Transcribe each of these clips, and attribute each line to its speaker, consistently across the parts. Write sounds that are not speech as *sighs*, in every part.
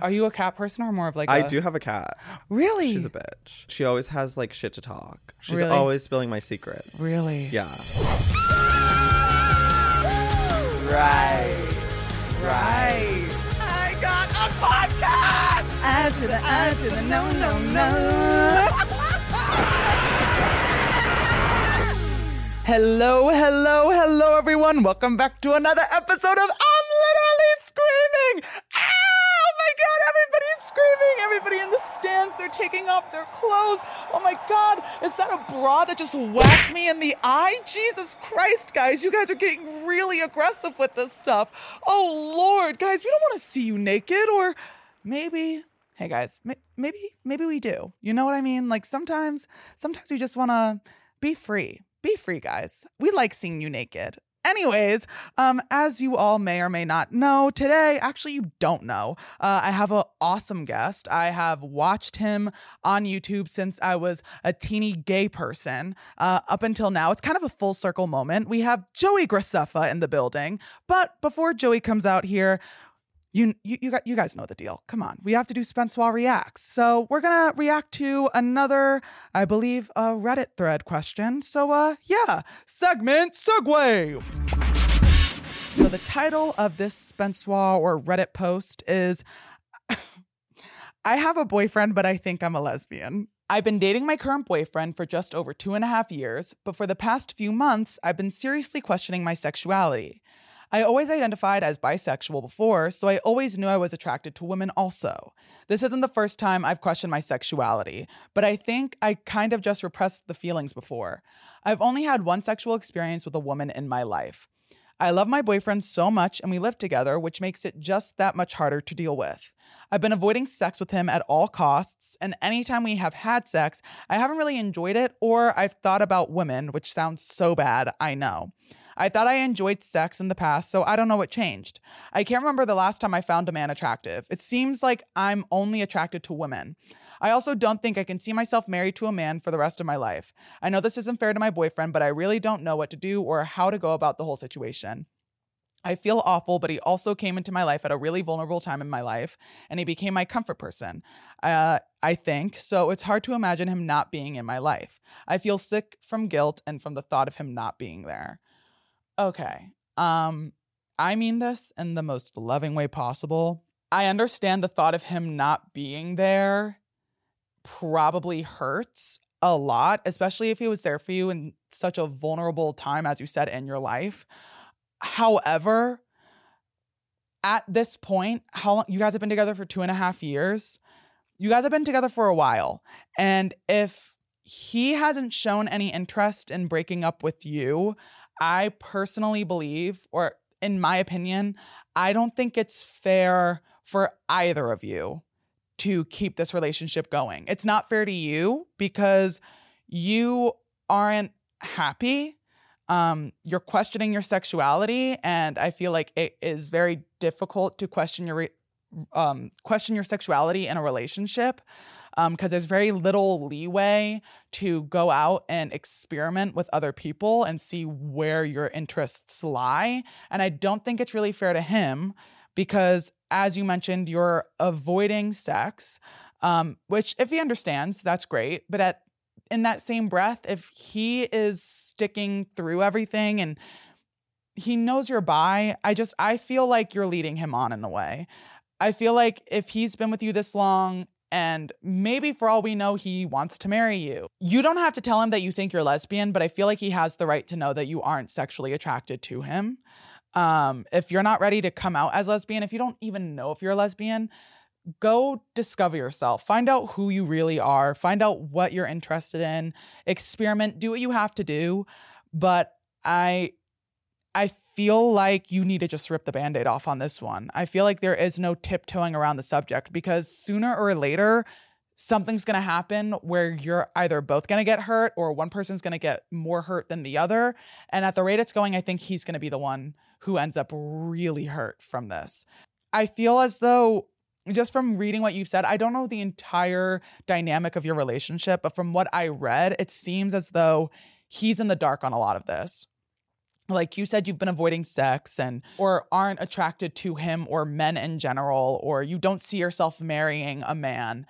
Speaker 1: Are you a cat person or more of like
Speaker 2: I
Speaker 1: a-
Speaker 2: do have a cat.
Speaker 1: Really?
Speaker 2: She's a bitch. She always has like shit to talk. She's
Speaker 1: Really?
Speaker 2: always spilling my secrets.
Speaker 1: Really?
Speaker 2: Yeah.
Speaker 1: Right. I got a podcast.
Speaker 3: I to the I to the no no no.
Speaker 1: Hello, hello, hello, everyone. Welcome back to another episode of I'm Literally Screaming. Oh my God, everybody's screaming. Everybody in the stands, they're taking off their clothes. Oh my God, is that a bra that just whacked me in the eye? Jesus Christ, guys, you guys are getting really aggressive with this stuff. Oh Lord, guys, we don't want to see you naked or maybe hey guys may- maybe maybe we do you know what i mean like sometimes sometimes we just want to be free be free guys we like seeing you naked anyways um as you all may or may not know today actually you don't know uh, i have an awesome guest i have watched him on youtube since i was a teeny gay person uh, up until now it's kind of a full circle moment we have joey graceffa in the building but before joey comes out here you, you you got you guys know the deal. Come on, we have to do Spensoir reacts. So we're gonna react to another, I believe, a Reddit thread question. So uh, yeah, segment segue. So the title of this Spensoir or Reddit post is *laughs* I have a boyfriend, but I think I'm a lesbian. I've been dating my current boyfriend for just over two and a half years, but for the past few months, I've been seriously questioning my sexuality. I always identified as bisexual before, so I always knew I was attracted to women also. This isn't the first time I've questioned my sexuality, but I think I kind of just repressed the feelings before. I've only had one sexual experience with a woman in my life. I love my boyfriend so much and we live together, which makes it just that much harder to deal with. I've been avoiding sex with him at all costs, and anytime we have had sex, I haven't really enjoyed it or I've thought about women, which sounds so bad, I know. I thought I enjoyed sex in the past, so I don't know what changed. I can't remember the last time I found a man attractive. It seems like I'm only attracted to women. I also don't think I can see myself married to a man for the rest of my life. I know this isn't fair to my boyfriend, but I really don't know what to do or how to go about the whole situation. I feel awful, but he also came into my life at a really vulnerable time in my life, and he became my comfort person, uh, I think. So it's hard to imagine him not being in my life. I feel sick from guilt and from the thought of him not being there. Okay. Um, I mean this in the most loving way possible. I understand the thought of him not being there probably hurts a lot, especially if he was there for you in such a vulnerable time, as you said, in your life. However, at this point, how long you guys have been together for two and a half years? You guys have been together for a while. And if he hasn't shown any interest in breaking up with you, I personally believe, or in my opinion, I don't think it's fair for either of you to keep this relationship going. It's not fair to you because you aren't happy. Um, you're questioning your sexuality, and I feel like it is very difficult to question your re- um, question your sexuality in a relationship because there's very little leeway to go out and experiment with other people and see where your interests lie. And I don't think it's really fair to him because, as you mentioned, you're avoiding sex, um, which, if he understands, that's great. But at in that same breath, if he is sticking through everything and he knows you're bi, I just I feel like you're leading him on in a way. I feel like if he's been with you this long and maybe for all we know he wants to marry you. You don't have to tell him that you think you're lesbian, but I feel like he has the right to know that you aren't sexually attracted to him. Um if you're not ready to come out as lesbian, if you don't even know if you're a lesbian, go discover yourself. Find out who you really are, find out what you're interested in, experiment, do what you have to do, but I I feel like you need to just rip the band aid off on this one. I feel like there is no tiptoeing around the subject because sooner or later, something's going to happen where you're either both going to get hurt or one person's going to get more hurt than the other. And at the rate it's going, I think he's going to be the one who ends up really hurt from this. I feel as though. Just from reading what you've said, I don't know the entire dynamic of your relationship, but from what I read, it seems as though he's in the dark on a lot of this like you said you've been avoiding sex and or aren't attracted to him or men in general or you don't see yourself marrying a man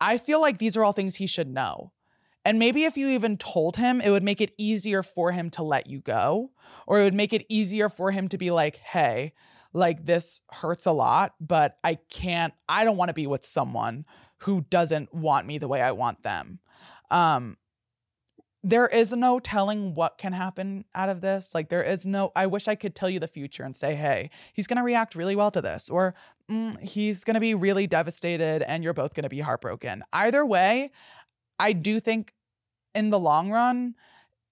Speaker 1: i feel like these are all things he should know and maybe if you even told him it would make it easier for him to let you go or it would make it easier for him to be like hey like this hurts a lot but i can't i don't want to be with someone who doesn't want me the way i want them um there is no telling what can happen out of this. Like, there is no, I wish I could tell you the future and say, hey, he's going to react really well to this, or "Mm, he's going to be really devastated and you're both going to be heartbroken. Either way, I do think in the long run,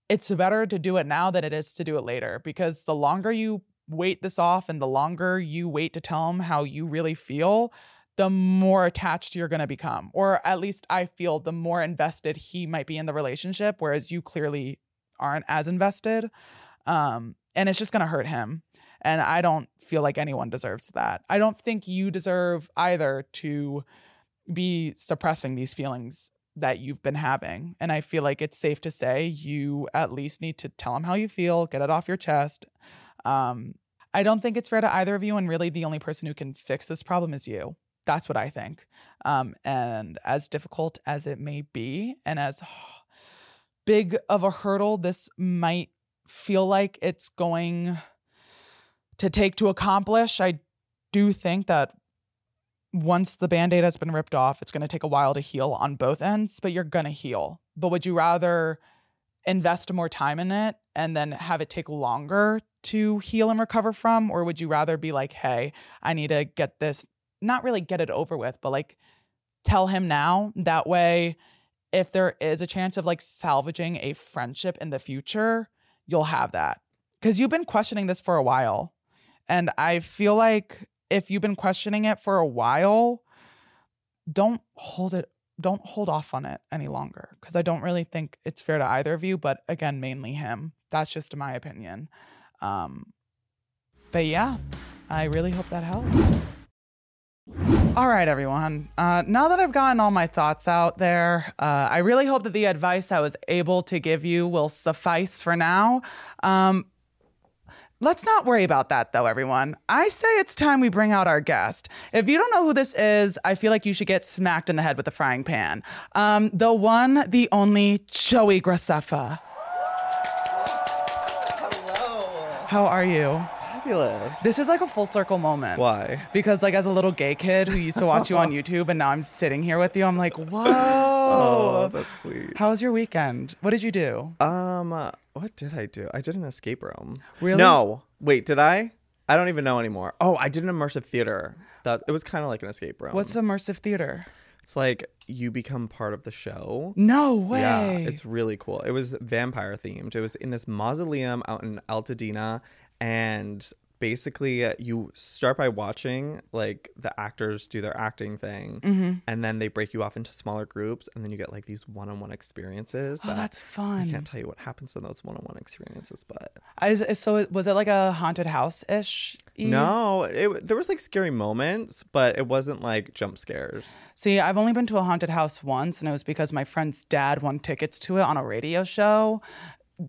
Speaker 1: it's better to do it now than it is to do it later because the longer you wait this off and the longer you wait to tell him how you really feel, the more attached you're going to become. Or at least I feel the more invested he might be in the relationship, whereas you clearly aren't as invested. Um, and it's just going to hurt him. And I don't feel like anyone deserves that. I don't think you deserve either to be suppressing these feelings that you've been having. And I feel like it's safe to say you at least need to tell him how you feel, get it off your chest. Um, I don't think it's fair to either of you. And really, the only person who can fix this problem is you. That's what I think. Um, and as difficult as it may be, and as big of a hurdle this might feel like it's going to take to accomplish, I do think that once the band aid has been ripped off, it's going to take a while to heal on both ends, but you're going to heal. But would you rather invest more time in it and then have it take longer to heal and recover from? Or would you rather be like, hey, I need to get this not really get it over with, but like tell him now. That way, if there is a chance of like salvaging a friendship in the future, you'll have that. Cause you've been questioning this for a while. And I feel like if you've been questioning it for a while, don't hold it, don't hold off on it any longer. Cause I don't really think it's fair to either of you, but again, mainly him. That's just my opinion. Um, but yeah, I really hope that helped. All right, everyone. Uh, now that I've gotten all my thoughts out there, uh, I really hope that the advice I was able to give you will suffice for now. Um, let's not worry about that, though, everyone. I say it's time we bring out our guest. If you don't know who this is, I feel like you should get smacked in the head with a frying pan. Um, the one, the only Joey Graceffa.
Speaker 2: Hello.
Speaker 1: How are you?
Speaker 2: Fabulous.
Speaker 1: This is like a full circle moment.
Speaker 2: Why?
Speaker 1: Because like as a little gay kid who used to watch
Speaker 2: *laughs*
Speaker 1: you on YouTube and now I'm sitting here with you, I'm like, whoa. uh,
Speaker 2: Oh, that's sweet.
Speaker 1: How was your weekend? What did you do?
Speaker 2: Um, uh, what did I do? I did an escape room.
Speaker 1: Really?
Speaker 2: No. Wait, did I? I don't even know anymore. Oh, I did an immersive theater. That it was kind of like an escape room.
Speaker 1: What's immersive theater?
Speaker 2: It's like you become part of the show.
Speaker 1: No way.
Speaker 2: Yeah, it's really cool. It was vampire themed. It was in this mausoleum out in Altadena, and basically uh, you start by watching like the actors do their acting thing,
Speaker 1: Mm-hmm.
Speaker 2: and then they break you off into smaller groups, and then you get like these one-on-one experiences.
Speaker 1: *gasps* oh, that's
Speaker 2: I can't
Speaker 1: fun.
Speaker 2: tell you what happens in those one-on-one experiences, but
Speaker 1: Is, is- so it- was it like a haunted house ish?
Speaker 2: no, it, there was like scary moments, but it wasn't like jump scares.
Speaker 1: See, I've only been to a haunted house once, and it was because my friend's dad won tickets to it on a radio show.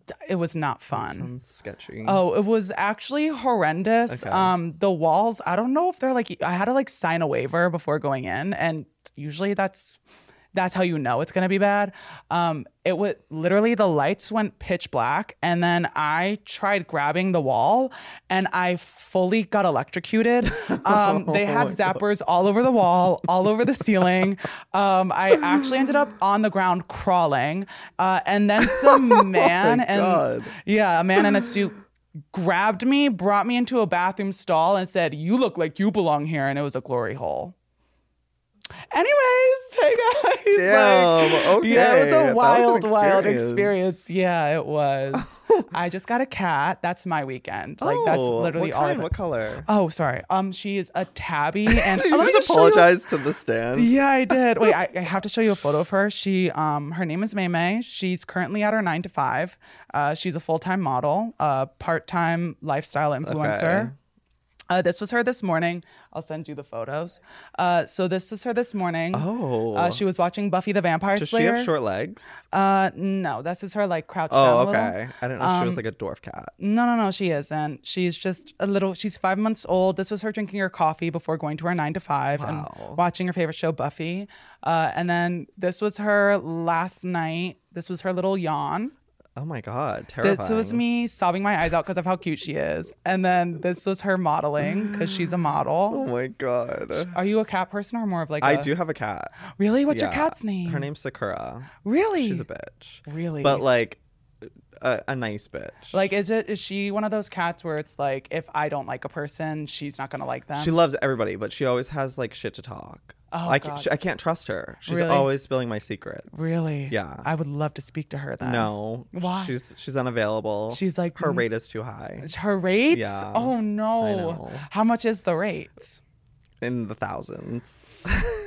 Speaker 1: D- It was not fun.
Speaker 2: Sounds sketchy.
Speaker 1: Oh, it was actually horrendous.
Speaker 2: Okay.
Speaker 1: Um, the walls, I don't know if they're like I had to like sign a waiver before going in, and usually that's that's how you know it's gonna be bad. Um, it was literally the lights went pitch black, and then I tried grabbing the wall, and I fully got electrocuted. Um, they had zappers all over the wall, all over the ceiling. Um, I actually ended up on the ground crawling, uh, and then some man and
Speaker 2: God.
Speaker 1: yeah, a man
Speaker 2: *sighs*
Speaker 1: in a suit grabbed me, brought me into a bathroom stall, and said, You look like you belong here. And it was a glory hole. Anyways, *laughs* hey guys. like,
Speaker 2: Damn, okay.
Speaker 1: Yeah, it was
Speaker 2: That was
Speaker 1: a
Speaker 2: an
Speaker 1: wild, wild
Speaker 2: experience.
Speaker 1: experience. Yeah, it
Speaker 2: *laughs*
Speaker 1: was. I just got a cat. That's my weekend. Like, that's
Speaker 2: Oh,
Speaker 1: literally
Speaker 2: what
Speaker 1: all.
Speaker 2: kind?
Speaker 1: I've-
Speaker 2: What color?
Speaker 1: Oh, sorry. Um, she is a tabby,
Speaker 2: *laughs*
Speaker 1: and
Speaker 2: Did
Speaker 1: Oh, *laughs*
Speaker 2: you
Speaker 1: let me
Speaker 2: just
Speaker 1: show you-
Speaker 2: apologize to the
Speaker 1: *laughs*
Speaker 2: stand?
Speaker 1: yeah,
Speaker 2: *laughs*
Speaker 1: I did. Wait, I, I have to show you a photo of her. She, um, her name is May May. She's currently at her nine to five. Uh, she's a full time model, a part time lifestyle influencer. Uh, this was her this morning. I'll send you the photos. Uh, so this is her this morning.
Speaker 2: Oh.
Speaker 1: Uh, she was watching Buffy the Vampire
Speaker 2: Does she
Speaker 1: Slayer.
Speaker 2: have short legs?
Speaker 1: uh, no, this is her like crouched down. a
Speaker 2: Oh,
Speaker 1: little.
Speaker 2: okay. I didn't know
Speaker 1: Um,
Speaker 2: she was like a dwarf cat.
Speaker 1: No, no, no, she isn't. She's just a little, she's five months old. This was her drinking her coffee before going to her nine to five
Speaker 2: Wow.
Speaker 1: and watching her favorite show, Buffy. Uh, and then this was her last night. This was her little yawn.
Speaker 2: Oh my god, terrifying.
Speaker 1: This was me sobbing my eyes out because of how cute she is. And then this was her modeling because she's a
Speaker 2: Oh
Speaker 1: model.
Speaker 2: my god.
Speaker 1: Are you a cat person or more of like
Speaker 2: I
Speaker 1: a-
Speaker 2: do have a cat.
Speaker 1: Really? What's your
Speaker 2: Yeah.
Speaker 1: cat's name?
Speaker 2: Her name's Sakura.
Speaker 1: Really?
Speaker 2: She's a bitch.
Speaker 1: Really?
Speaker 2: But like a, a nice bitch.
Speaker 1: Like, is it is she one of those cats where it's like, if I don't like a person, she's not gonna like them?
Speaker 2: she loves everybody, but she always has like shit to talk.
Speaker 1: um, Oh,
Speaker 2: I can't,
Speaker 1: God.
Speaker 2: she- I can't trust her. She's
Speaker 1: Really?
Speaker 2: always spilling my secrets.
Speaker 1: really?
Speaker 2: Yeah.
Speaker 1: I would love to speak to her then.
Speaker 2: No.
Speaker 1: Why?
Speaker 2: She's she's unavailable.
Speaker 1: She's like,
Speaker 2: her
Speaker 1: mm.
Speaker 2: rate is too high.
Speaker 1: Her rates?
Speaker 2: Yeah,
Speaker 1: Oh no.
Speaker 2: know.
Speaker 1: How much is the rates?
Speaker 2: In the thousands.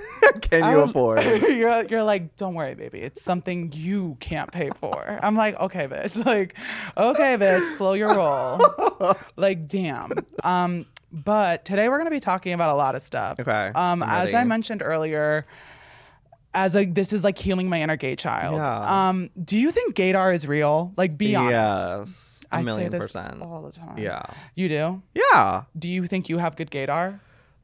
Speaker 2: *laughs* Can you
Speaker 1: would-
Speaker 2: afford?
Speaker 1: *laughs* you're you're like, don't worry, baby. It's something you can't pay for. I'm like, okay, bitch. *laughs* Like, okay, bitch. Slow your
Speaker 2: *laughs*
Speaker 1: roll. like, damn. Um, but today we're gonna be talking about a lot of stuff.
Speaker 2: Okay,
Speaker 1: Um,
Speaker 2: I'm
Speaker 1: as I
Speaker 2: ready.
Speaker 1: mentioned earlier. As like this is like healing my inner gay child.
Speaker 2: Yeah.
Speaker 1: Um, do you think gaydar is real? Like, be honest.
Speaker 2: Yes. A
Speaker 1: I
Speaker 2: million
Speaker 1: say this
Speaker 2: percent.
Speaker 1: all the time.
Speaker 2: Yeah.
Speaker 1: You do?
Speaker 2: Yeah.
Speaker 1: Do you think you have good gaydar?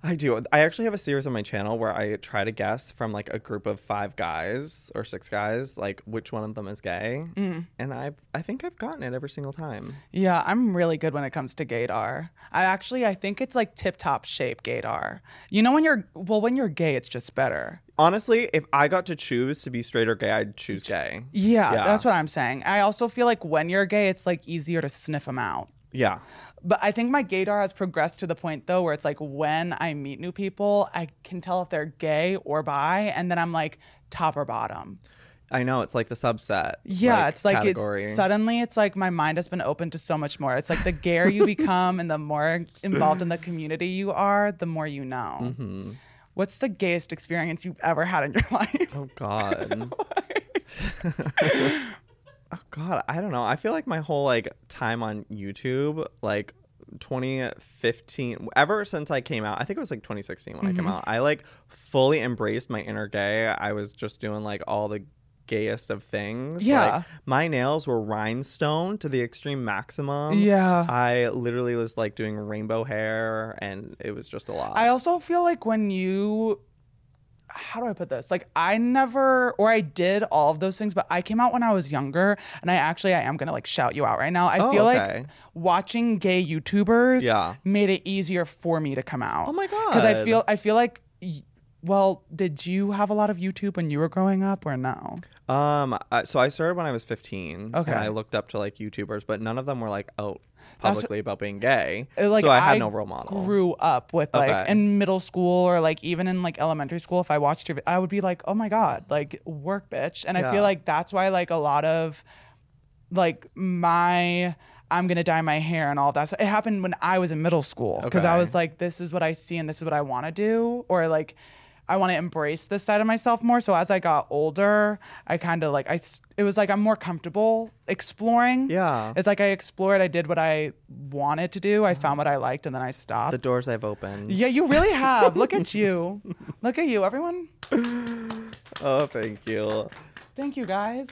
Speaker 2: I do. I actually have a series on my channel where I try to guess from like a group of five guys or six guys, like which one of them is gay.
Speaker 1: Mm-hmm.
Speaker 2: And I I think I've gotten it every single time.
Speaker 1: Yeah, I'm really good when it comes to gaydar. I actually I think it's like tip top shape gaydar. You know when you're well when you're gay it's just better.
Speaker 2: Honestly, if I got to choose to be straight or gay, I'd choose gay.
Speaker 1: Yeah,
Speaker 2: Yeah.
Speaker 1: that's what I'm saying. I also feel like when you're gay it's like easier to sniff them out.
Speaker 2: Yeah.
Speaker 1: But I think my gaydar has progressed to the point though where it's like when I meet new people, I can tell if they're gay or bi and then I'm like top or bottom.
Speaker 2: I know it's like the subset.
Speaker 1: Yeah, it's like
Speaker 2: category.
Speaker 1: it's suddenly it's like my mind has been open to so much more. It's like the gayer
Speaker 2: *laughs*
Speaker 1: you become and the more involved in the community you are, the more you know.
Speaker 2: Mm-hmm.
Speaker 1: What's the gayest experience you've ever had in your *laughs* life?
Speaker 2: Oh
Speaker 1: *laughs*
Speaker 2: god. *laughs* oh god, I don't know. I feel like my whole like time on YouTube, like 2015, ever since I came out, I think it was like 2016 when I
Speaker 1: Mm-hmm.
Speaker 2: came out. I like fully embraced my inner gay. I was just doing like all the gayest of things.
Speaker 1: Yeah.
Speaker 2: Like, my nails were rhinestone to the extreme maximum.
Speaker 1: Yeah.
Speaker 2: I literally was like doing rainbow hair and it was just a lot.
Speaker 1: I also feel like when you how do I put this? Like I never or I did all of those things, but I came out when I was younger and I actually I am going to like shout you out right now. I
Speaker 2: Oh,
Speaker 1: feel like
Speaker 2: okay.
Speaker 1: watching gay YouTubers
Speaker 2: Yeah.
Speaker 1: made it easier for me to come out.
Speaker 2: Oh my god.
Speaker 1: because I feel I feel like. y- Well, did you have a lot of YouTube when you were growing up, or no?
Speaker 2: Um, I, so I started when I was 15.
Speaker 1: Okay.
Speaker 2: And I looked up to like YouTubers, but none of them were like out
Speaker 1: That's-
Speaker 2: publicly about being gay.
Speaker 1: Uh, Like
Speaker 2: so I had no role model.
Speaker 1: Grew up with like
Speaker 2: Okay.
Speaker 1: in middle school or like even in like elementary school. If I watched your, vi- I would be like, oh my god, like work, bitch. And I
Speaker 2: Yeah.
Speaker 1: feel like that's why like a lot of like my I'm gonna dye my hair and all that. So it happened when I was in middle school because I
Speaker 2: Okay.
Speaker 1: was like, this is what I see and this is what I want to do, or like I want to embrace this side of myself more. So as I got older, I kind of like I s- it was like I'm more comfortable exploring.
Speaker 2: Yeah.
Speaker 1: *laughs* it's like I explored. I did what I wanted to do. I found what I liked, and then I stopped.
Speaker 2: the doors I've opened.
Speaker 1: yeah, you really have. Look at you. Look at you, everyone.
Speaker 2: Oh, thank you.
Speaker 1: Thank you guys.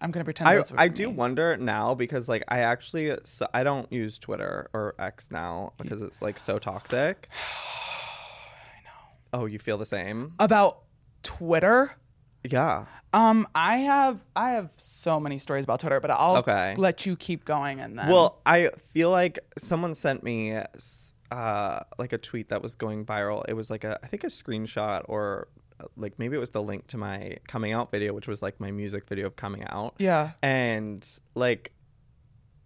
Speaker 1: I'm gonna pretend.
Speaker 2: I,
Speaker 1: those were
Speaker 2: I
Speaker 1: for
Speaker 2: do
Speaker 1: me.
Speaker 2: wonder now because like I actually so I don't use Twitter or X now because it's like
Speaker 1: *sighs*
Speaker 2: so toxic. I know. Oh, you feel the same?
Speaker 1: about Twitter.
Speaker 2: Yeah.
Speaker 1: Um, I have I have so many stories about Twitter, but I'll
Speaker 2: Okay.
Speaker 1: let you keep going and then.
Speaker 2: Well, I feel like someone sent me uh, like a tweet that was going viral. It was like a, I think a screenshot or uh, like maybe it was the link to my coming out video, which was like my music video of coming out.
Speaker 1: yeah,
Speaker 2: And like,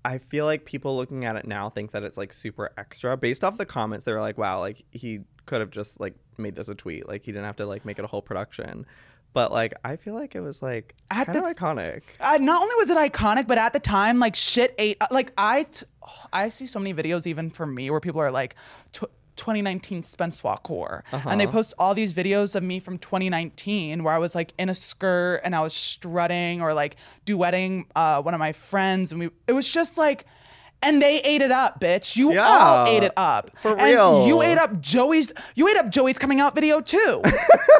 Speaker 2: I feel like people looking at it now think that it's like super extra based off the comments. They were like, wow, like he could have just like made this a tweet. Like he didn't have to like make it a whole production. But like, I feel like it was like
Speaker 1: At
Speaker 2: kind of
Speaker 1: the-
Speaker 2: iconic.
Speaker 1: uh, not only was it iconic, but at the time, like shit ate. uh, Like I, t- I see so many videos even for me where people are like. Tw- 2019 Spence Walker, and
Speaker 2: Uh-huh.
Speaker 1: they post all these videos of me from 2019 where I was like in a skirt and I was strutting or like duetting uh, one of my friends, and we. It was just like and they ate it up, bitch. You
Speaker 2: Yeah.
Speaker 1: all ate it up.
Speaker 2: For
Speaker 1: And
Speaker 2: real.
Speaker 1: you ate up Joey's. You ate up Joey's coming out video
Speaker 2: *laughs*
Speaker 1: too.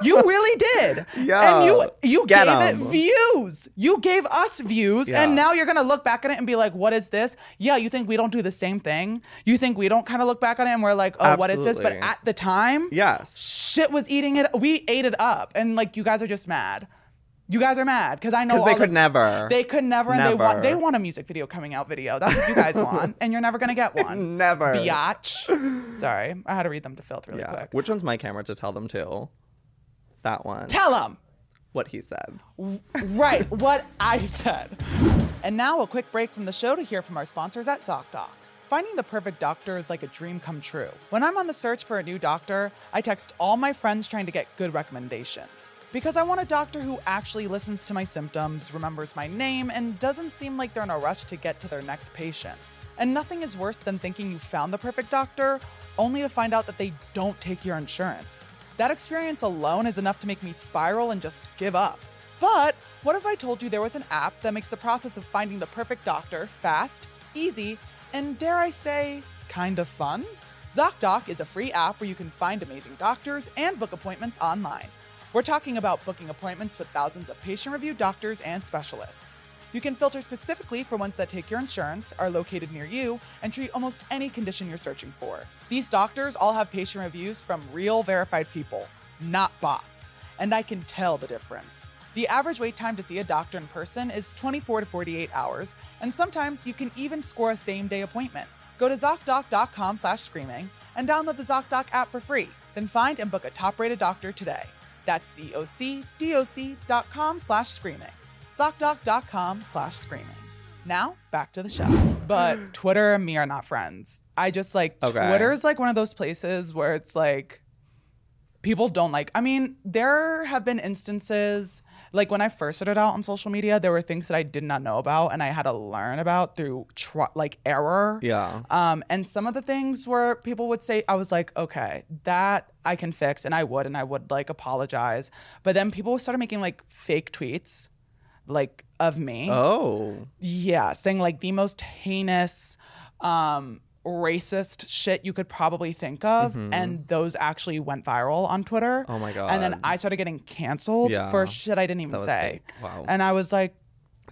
Speaker 1: you really did.
Speaker 2: Yeah.
Speaker 1: And you you
Speaker 2: Get
Speaker 1: gave
Speaker 2: 'em.
Speaker 1: it views. You gave us views,
Speaker 2: Yeah.
Speaker 1: and now you're gonna look back at it and be like, "What is this?" Yeah, you think we don't do the same thing. You think we don't kind of look back on it and we're like, "Oh, what is this?" But
Speaker 2: Absolutely.
Speaker 1: at the time,
Speaker 2: Yes.
Speaker 1: shit was eating it. We ate it up, and like you guys are just mad. You guys are mad because I know
Speaker 2: Because they
Speaker 1: all
Speaker 2: could
Speaker 1: the-
Speaker 2: never.
Speaker 1: They could never, and they want they
Speaker 2: Never.
Speaker 1: want a music video coming out video. That's what you
Speaker 2: *laughs*
Speaker 1: guys want, and you're never gonna get one.
Speaker 2: never.
Speaker 1: Biatch. Sorry, I had to read them to filth really
Speaker 2: Yeah.
Speaker 1: quick.
Speaker 2: Which one's my camera to tell them to? That one.
Speaker 1: Tell them
Speaker 2: what he said.
Speaker 1: right what I said. And now a quick break from the show to hear from our sponsors at ZocDoc. Finding the perfect doctor is like a dream come true. When I'm on the search for a new doctor, I text all my friends trying to get good recommendations. Because I want a doctor who actually listens to my symptoms, remembers my name, and doesn't seem like they're in a rush to get to their next patient. And nothing is worse than thinking you found the perfect doctor, only to find out that they don't take your insurance. That experience alone is enough to make me spiral and just give up. But what if I told you there was an app that makes the process of finding the perfect doctor fast, easy, and dare I say, kind of fun? ZocDoc is a free app where you can find amazing doctors and book appointments online. We're talking about booking appointments with thousands of patient reviewed doctors and specialists. You can filter specifically for ones that take your insurance, are located near you, and treat almost any condition you're searching for. These doctors all have patient reviews from real verified people, not bots. And I can tell the difference. The average wait time to see a doctor in person is 24 to 48 hours, and sometimes you can even score a same day appointment. Go to ZocDoc.com slash screaming and download the ZocDoc app for free. Then find and book a top rated doctor today. That's ZocDoc.com slash screaming. ZocDoc.com slash screaming. Now, back to the show. But *gasps* Twitter and me are not friends. I just like,
Speaker 2: Okay.
Speaker 1: Twitter's like one of those places where it's like, people don't like i mean there have been instances like when i first started out on social media there were things that i did not know about and i had to learn about through tr- like error
Speaker 2: Yeah.
Speaker 1: um and some of the things where people would say i was like okay that i can fix and i would and i would like apologize but then people started making like fake tweets like of me
Speaker 2: Oh.
Speaker 1: yeah saying like the most heinous um racist shit you could probably think of
Speaker 2: Mhm.
Speaker 1: and those actually went viral on twitter
Speaker 2: Oh my god.
Speaker 1: and then I started getting canceled
Speaker 2: Yeah.
Speaker 1: for shit I didn't even
Speaker 2: that was
Speaker 1: say.
Speaker 2: fake. Wow.
Speaker 1: And I was like,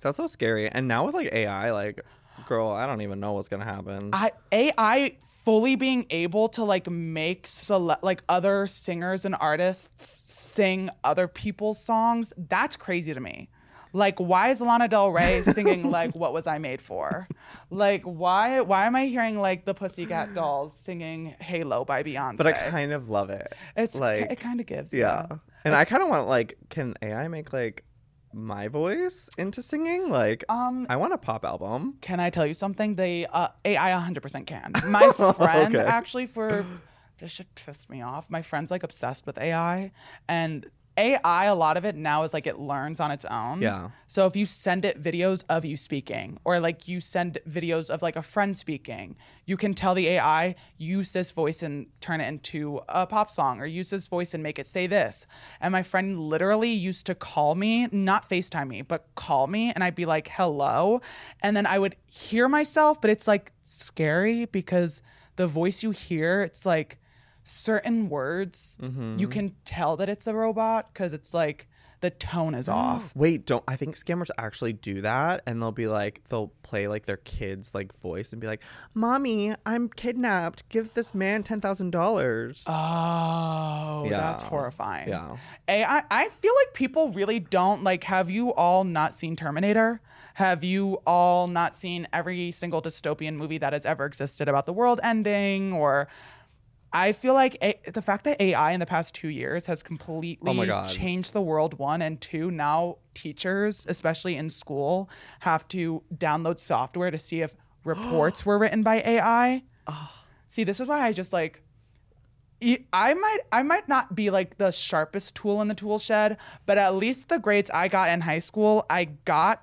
Speaker 2: That's so scary. And now with like AI, like, girl, I don't even know what's gonna happen.
Speaker 1: I AI fully being able to like make sele- like other singers and artists sing other people's songs. That's crazy to me. Like why is Lana Del Rey
Speaker 2: *laughs*
Speaker 1: singing like what was I made for? Like why why am I hearing like the Pussycat Dolls singing Halo by Beyonce?
Speaker 2: but I kind of love it.
Speaker 1: it's
Speaker 2: like-
Speaker 1: it kind of gives
Speaker 2: Yeah. And I kind of want like, can AI make like my voice into singing? Like,
Speaker 1: Um
Speaker 2: I want a pop album.
Speaker 1: Can I tell you something? They uh, AI 100% can.
Speaker 2: *laughs*
Speaker 1: My friend
Speaker 2: Okay.
Speaker 1: actually for this shit pissed me off. My friend's like obsessed with AI, and AI a lot of it now is like it learns on its own.
Speaker 2: Yeah.
Speaker 1: So if you send it videos of you speaking, or like you send videos of like a friend speaking, you can tell the AI use this voice and turn it into a pop song, or use this voice and make it say this. And my friend literally used to call me, not Facetime me, but call me, and I'd be like, "Hello," and then I would hear myself, but it's like scary because the voice you hear, it's like certain words
Speaker 2: Mm-hmm.
Speaker 1: you can tell that it's a robot because it's like the tone is off.
Speaker 2: Wait, don't I think scammers actually do that? And they'll be like, they'll play like their kids' like voice and be like, "Mommy, I'm kidnapped. Give this man ten thousand dollars."
Speaker 1: Oh, that's
Speaker 2: Yeah.
Speaker 1: horrifying.
Speaker 2: Yeah.
Speaker 1: AI, I feel like people really don't like. Have you all not seen Terminator? Have you all not seen every single dystopian movie that has ever existed about the world ending? Or I feel like a- the fact that AI in the past two years has completely
Speaker 2: Oh God.
Speaker 1: changed the world. One and two, now teachers, especially in school, have to download software to see
Speaker 2: *gasps*
Speaker 1: if reports were written by AI. See, this is why I just like e- I might I might not be like the sharpest tool in the tool shed, but at least the grades I got in high school, I got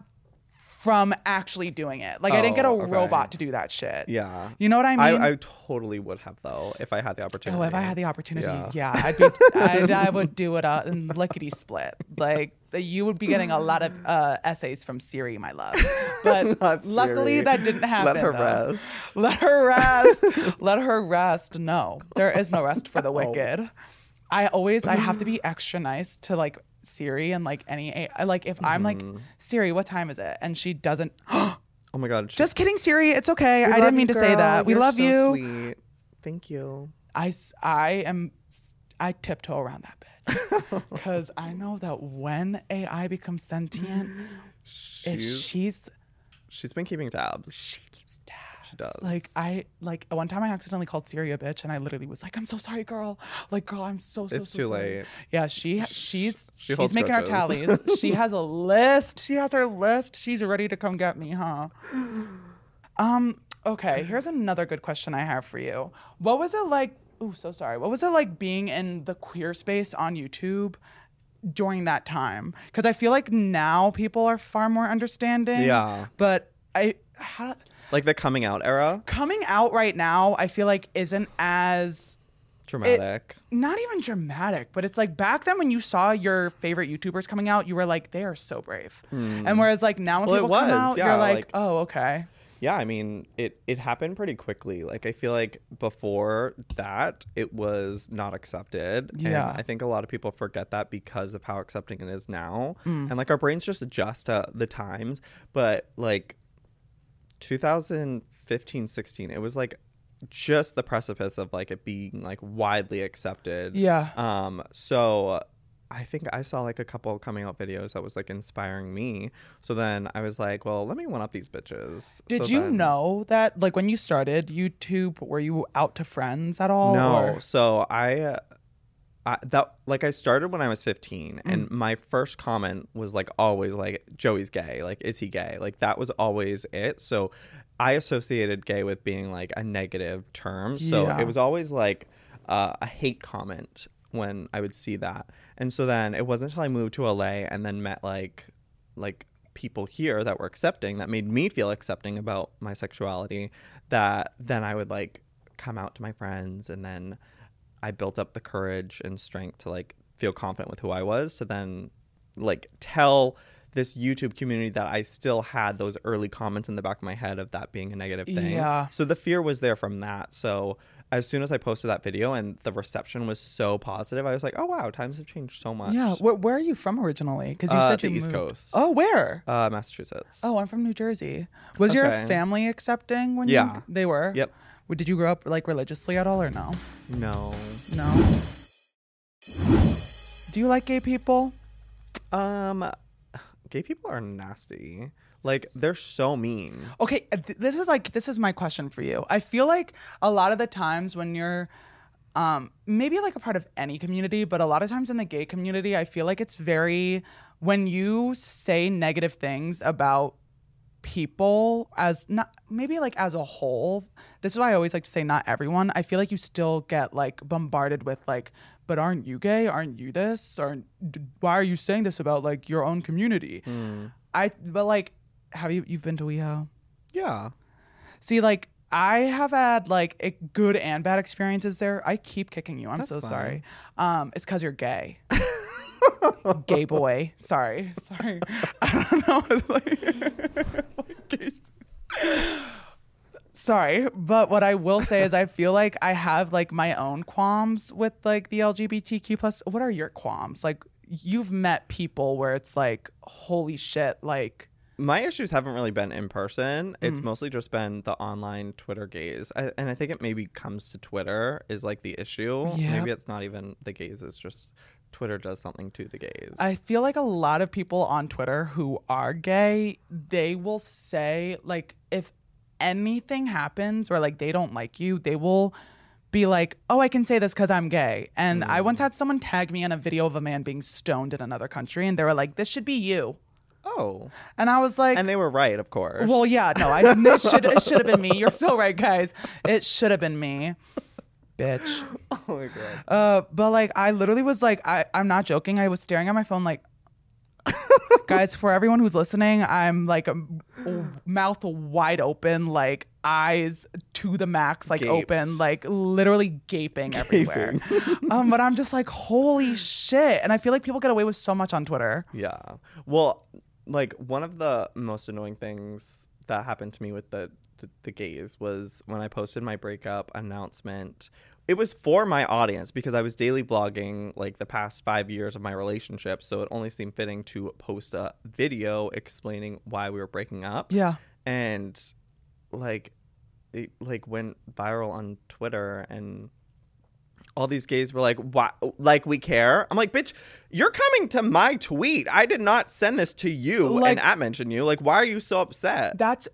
Speaker 1: from actually doing it. Like I didn't get a
Speaker 2: Oh, okay.
Speaker 1: robot to do that shit.
Speaker 2: Yeah.
Speaker 1: You know what I mean?
Speaker 2: I, I totally would have though if I had the opportunity.
Speaker 1: Oh, if I had the opportunity, yeah,
Speaker 2: Yeah.
Speaker 1: I'd be, I'd, I would do it uh, in lickety split. Like you would be getting a lot of uh, essays from Siri, my love. But
Speaker 2: *laughs* Not
Speaker 1: luckily,
Speaker 2: Siri.
Speaker 1: that didn't
Speaker 2: Let
Speaker 1: happen.
Speaker 2: her
Speaker 1: though.
Speaker 2: rest.
Speaker 1: Let her
Speaker 2: *laughs*
Speaker 1: rest. Let her rest. No, there is no rest
Speaker 2: Oh.
Speaker 1: for the wicked. I always, I have to be extra nice to like Siri and like any, A- I- like if I'm like
Speaker 2: Mm-hmm.
Speaker 1: Siri, what time is it? And she doesn't. *gasps*
Speaker 2: Oh my god.
Speaker 1: Just kidding, Siri. It's okay.
Speaker 2: We
Speaker 1: I
Speaker 2: love
Speaker 1: didn't
Speaker 2: you,
Speaker 1: mean to say
Speaker 2: girl.
Speaker 1: that. We
Speaker 2: You're
Speaker 1: love
Speaker 2: so
Speaker 1: you.
Speaker 2: Sweet. Thank you.
Speaker 1: I, s- I am I tiptoe around that bitch because I know that when AI becomes sentient, if
Speaker 2: She's-
Speaker 1: she's
Speaker 2: She's been keeping tabs.
Speaker 1: she keeps tabs. She
Speaker 2: does.
Speaker 1: Like I like one time I accidentally called Siri a bitch and I literally was like, "I'm so sorry, girl. Like, girl, I'm so so
Speaker 2: It's
Speaker 1: so
Speaker 2: too
Speaker 1: sorry."
Speaker 2: late.
Speaker 1: Yeah, she she's
Speaker 2: She
Speaker 1: she's
Speaker 2: holds
Speaker 1: making her
Speaker 2: grudges.
Speaker 1: tallies.
Speaker 2: *laughs*
Speaker 1: she has a list. She has her list. She's ready to come get me, huh? Um. Okay. Here's another good question I have for you. What was it like? Ooh, so sorry. What was it like being in the queer space on YouTube? during that time because i feel like now people are far more understanding
Speaker 2: Yeah.
Speaker 1: but I how,
Speaker 2: Like the coming out era.
Speaker 1: coming out right now, I feel like isn't as
Speaker 2: Dramatic.
Speaker 1: not even dramatic, but it's like back then when you saw your favorite YouTubers coming out, you were like, they are so brave. And whereas like now when
Speaker 2: Hmm. Well, it
Speaker 1: people come
Speaker 2: was,
Speaker 1: out,
Speaker 2: yeah,
Speaker 1: you're like,
Speaker 2: like-
Speaker 1: oh okay,
Speaker 2: yeah, I mean, it it happened pretty quickly. Like I feel like before that, it was not accepted.
Speaker 1: Yeah.
Speaker 2: And I think a lot of people forget that because of how accepting it is now. And like our brains just adjust to the times, but like 2015, 16, it was like just the precipice of like it being like widely accepted.
Speaker 1: Yeah.
Speaker 2: Um so I think I saw like a couple coming out videos that was like inspiring me. So then I was like, well, let me one up these bitches.
Speaker 1: did
Speaker 2: So
Speaker 1: you
Speaker 2: then-
Speaker 1: know that like when you started YouTube, were you out to friends at all?
Speaker 2: No.
Speaker 1: or-
Speaker 2: So I, uh, I that like I started when I was 15
Speaker 1: Mm.
Speaker 2: and my first comment was like always like Joey's gay, like is he gay? Like that was always it. So I associated gay with being like a negative term. So
Speaker 1: Yeah.
Speaker 2: it was always like uh, a hate comment when I would see that. And so then it wasn't until I moved to LA and then met like like people here that were accepting that made me feel accepting about my sexuality that then I would like come out to my friends and then I built up the courage and strength to like feel confident with who I was to then like tell this YouTube community that I still had those early comments in the back of my head of that being a negative thing.
Speaker 1: Yeah.
Speaker 2: So the fear was there from that. So as soon as I posted that video and the reception was so positive, I was like, "Oh wow, times have changed so much."
Speaker 1: Yeah. Where, where are you from originally? Because you
Speaker 2: Uh,
Speaker 1: said
Speaker 2: the
Speaker 1: you
Speaker 2: East
Speaker 1: moved-
Speaker 2: Coast.
Speaker 1: Oh, where?
Speaker 2: Uh, Massachusetts.
Speaker 1: Oh, I'm from New Jersey. Was your
Speaker 2: Okay.
Speaker 1: family accepting when
Speaker 2: Yeah.
Speaker 1: you they were?
Speaker 2: Yep.
Speaker 1: Well, Did you grow up like religiously at all or no?
Speaker 2: No.
Speaker 1: No. Do you like gay people?
Speaker 2: Um, gay people are nasty. Like they're so
Speaker 1: *gasps*
Speaker 2: mean.
Speaker 1: Okay, uh, th- this is like this is my question for you. I feel like a lot of the times when you're um maybe like a part of any community, but a lot of times in the gay community, I feel like it's very when you say negative things about people as not maybe like as a whole this is why i always like to say not everyone i feel like you still get like bombarded with like but aren't you gay aren't you this aren't d- why are you saying this about like your own community
Speaker 2: Mm.
Speaker 1: i but like have you you've been to weho
Speaker 2: Yeah.
Speaker 1: see like i have had like a good and bad experiences there i keep kicking you i'm
Speaker 2: That's
Speaker 1: so
Speaker 2: fine.
Speaker 1: sorry um it's because you're gay gay boy sorry sorry *laughs* i don't know it's *laughs* like, like gay- sorry but what i will say is i feel like i have like my own qualms with like the lgbtq plus what are your qualms like you've met people where it's like holy shit like
Speaker 2: My issues haven't really been in person. It's
Speaker 1: Mm-hmm.
Speaker 2: mostly just been the online Twitter gaze. I, and I think it maybe comes to Twitter is like the issue.
Speaker 1: Yeah.
Speaker 2: Maybe it's not even the gaze, it's just Twitter does something to the gaze.
Speaker 1: I feel like a lot of people on Twitter who are gay, they will say like if anything happens or like they don't like you, they will be like, "Oh, I can say this cuz I'm gay." And I
Speaker 2: Mm.
Speaker 1: once had someone tag me in a video of a man being stoned in another country and they were like, "This should be you."
Speaker 2: oh.
Speaker 1: And I was like,
Speaker 2: And they were right, of course. *laughs*
Speaker 1: well, yeah, no, I it should it should have been me. You're so right, guys. It should have been me. Bitch.
Speaker 2: oh my god.
Speaker 1: Uh, but like *laughs* I literally was like, I, I'm not joking. I was staring at my phone like, Guys, for everyone who's listening, I'm like um, mouth wide open, like eyes to the max, like
Speaker 2: Gapes.
Speaker 1: open, like literally gaping everywhere. um, but I'm just like, holy shit. And I feel like people get away with so much on Twitter.
Speaker 2: Yeah. Well, like one of the most annoying things that happened to me with the the, the gays was when I posted my breakup announcement. It was for my audience because I was daily blogging like the past five years of my relationship, so it only seemed fitting to post a video explaining why we were breaking up.
Speaker 1: Yeah.
Speaker 2: And like it like went viral on Twitter and all these gays were like, "Why? Like we care?" I'm like, "Bitch, you're coming to my tweet. I did not send this to you
Speaker 1: Like-
Speaker 2: and at mention you. Like, why are you so upset?"
Speaker 1: That's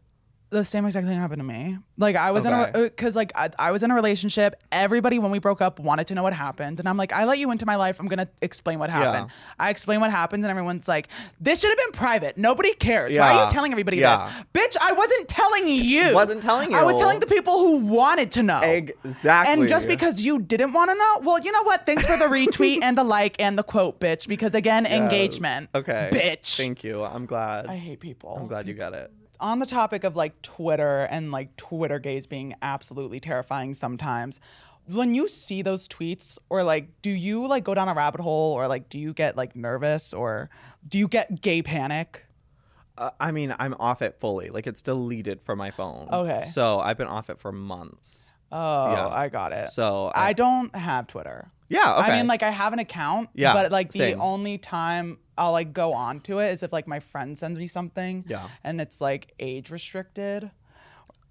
Speaker 1: the same exact thing happened to me. Like I was in
Speaker 2: Okay.
Speaker 1: a because like I, I was in a relationship. Everybody when we broke up wanted to know what happened, and I'm like, I let you into my life. I'm gonna explain what happened. I explain what happened, and everyone's like, this should have been private. Nobody cares. Why are
Speaker 2: Yeah.
Speaker 1: you telling everybody
Speaker 2: Yeah.
Speaker 1: this, bitch? I wasn't telling you.
Speaker 2: Wasn't telling
Speaker 1: I was
Speaker 2: you.
Speaker 1: telling the people who wanted to know.
Speaker 2: Exactly.
Speaker 1: And just because you didn't want to know, well, you know what? Thanks for the
Speaker 2: *laughs*
Speaker 1: retweet and the like and the quote, bitch. Because again,
Speaker 2: Yes.
Speaker 1: engagement.
Speaker 2: Okay.
Speaker 1: bitch.
Speaker 2: Thank you. I'm glad.
Speaker 1: I hate people
Speaker 2: I'm glad you got it.
Speaker 1: on the topic of like Twitter and like Twitter gays being absolutely terrifying sometimes, when you see those tweets or like do you like go down a rabbit hole or like do you get like nervous or do you get gay panic?
Speaker 2: Uh, I mean, I'm off it fully. Like it's deleted from my phone.
Speaker 1: Okay.
Speaker 2: So I've been off it for months.
Speaker 1: Oh,
Speaker 2: Yeah.
Speaker 1: I got it.
Speaker 2: So
Speaker 1: I don't have Twitter.
Speaker 2: yeah. Okay.
Speaker 1: I mean, like I have an account,
Speaker 2: Yeah,
Speaker 1: but like the
Speaker 2: same.
Speaker 1: only time I'll like go on to it is if like my friend sends me something
Speaker 2: Yeah.
Speaker 1: and it's like age restricted.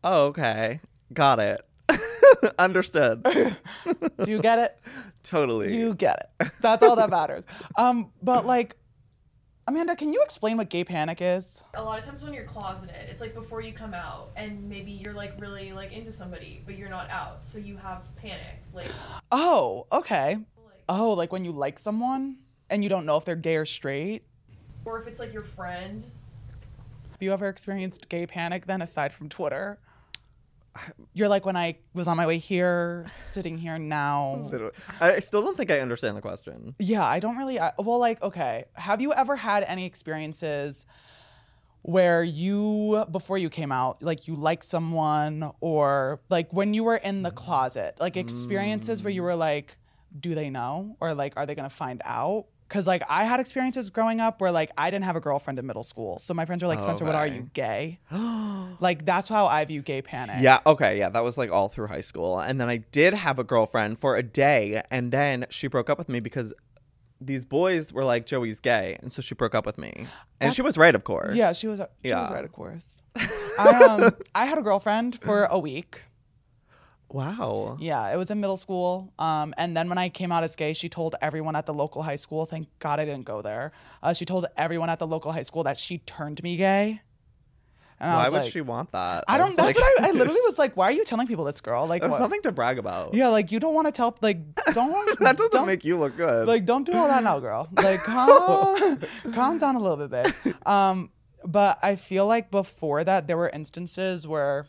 Speaker 2: Oh, okay. Got it. *laughs*
Speaker 1: *laughs*
Speaker 2: Understood.
Speaker 1: Do you get
Speaker 2: *laughs*
Speaker 1: it?
Speaker 2: totally.
Speaker 1: You get *laughs* it. That's all that matters. Um, but like, Amanda, can you explain what gay panic is?
Speaker 4: a lot of times when you're closeted, it's like before you come out, and maybe you're like really like into somebody, but you're not out, so you have panic.
Speaker 2: *sighs*
Speaker 4: Like,
Speaker 1: Oh, okay.
Speaker 4: like
Speaker 1: Oh, like when you like someone and you don't know if they're gay or straight.
Speaker 4: or if it's like your friend,
Speaker 1: Have you ever experienced gay panic then, aside from Twitter? You're like when I was on my way here, sitting here now.
Speaker 2: Literally. I still don't think I understand the question.
Speaker 1: *gasps*
Speaker 2: *gasps*
Speaker 1: Yeah, I don't really. I, well, like, okay. Have you ever had any experiences where you, before you came out, like you liked someone or like when you were in the closet, like experiences
Speaker 2: Mm.
Speaker 1: where you were like, do they know? Or like, are they going to find out? Cause like I had experiences growing up where like I didn't have a girlfriend in middle school. So my friends were like, Spencer, what are
Speaker 2: Oh, Okay.
Speaker 1: you,
Speaker 2: *gasps*
Speaker 1: gay? like, that's how I view gay panic.
Speaker 2: Yeah, okay, yeah, that was like all through high school. And then I did have a girlfriend for a day, and then she broke up with me because these boys were like, Joey's gay. And so she broke up with me. And she was right, of course.
Speaker 1: Yeah, she was, she was
Speaker 2: Yeah.
Speaker 1: right, of
Speaker 2: *laughs*
Speaker 1: course. I, um, I had a girlfriend for a week.
Speaker 2: Wow.
Speaker 1: Yeah, it was in middle school. Um, and then when I came out as gay, she told everyone at the local high school. Thank God I didn't go there. Uh, she told everyone at the local high school that she turned me gay. And I
Speaker 2: Why
Speaker 1: was
Speaker 2: would
Speaker 1: like,
Speaker 2: she want that?
Speaker 1: I don't.
Speaker 2: was
Speaker 1: That's
Speaker 2: like- *laughs*
Speaker 1: what I, I literally was like. Why are you telling people this, girl? Like,
Speaker 2: That's
Speaker 1: what?
Speaker 2: nothing to brag about.
Speaker 1: yeah, like you don't want to tell. Like, don't.
Speaker 2: *laughs* That doesn't
Speaker 1: don't-
Speaker 2: make you look good.
Speaker 1: like don't do all that now girl like
Speaker 2: *laughs*
Speaker 1: calm, calm down a little bit babe. um but i feel like before that there were instances where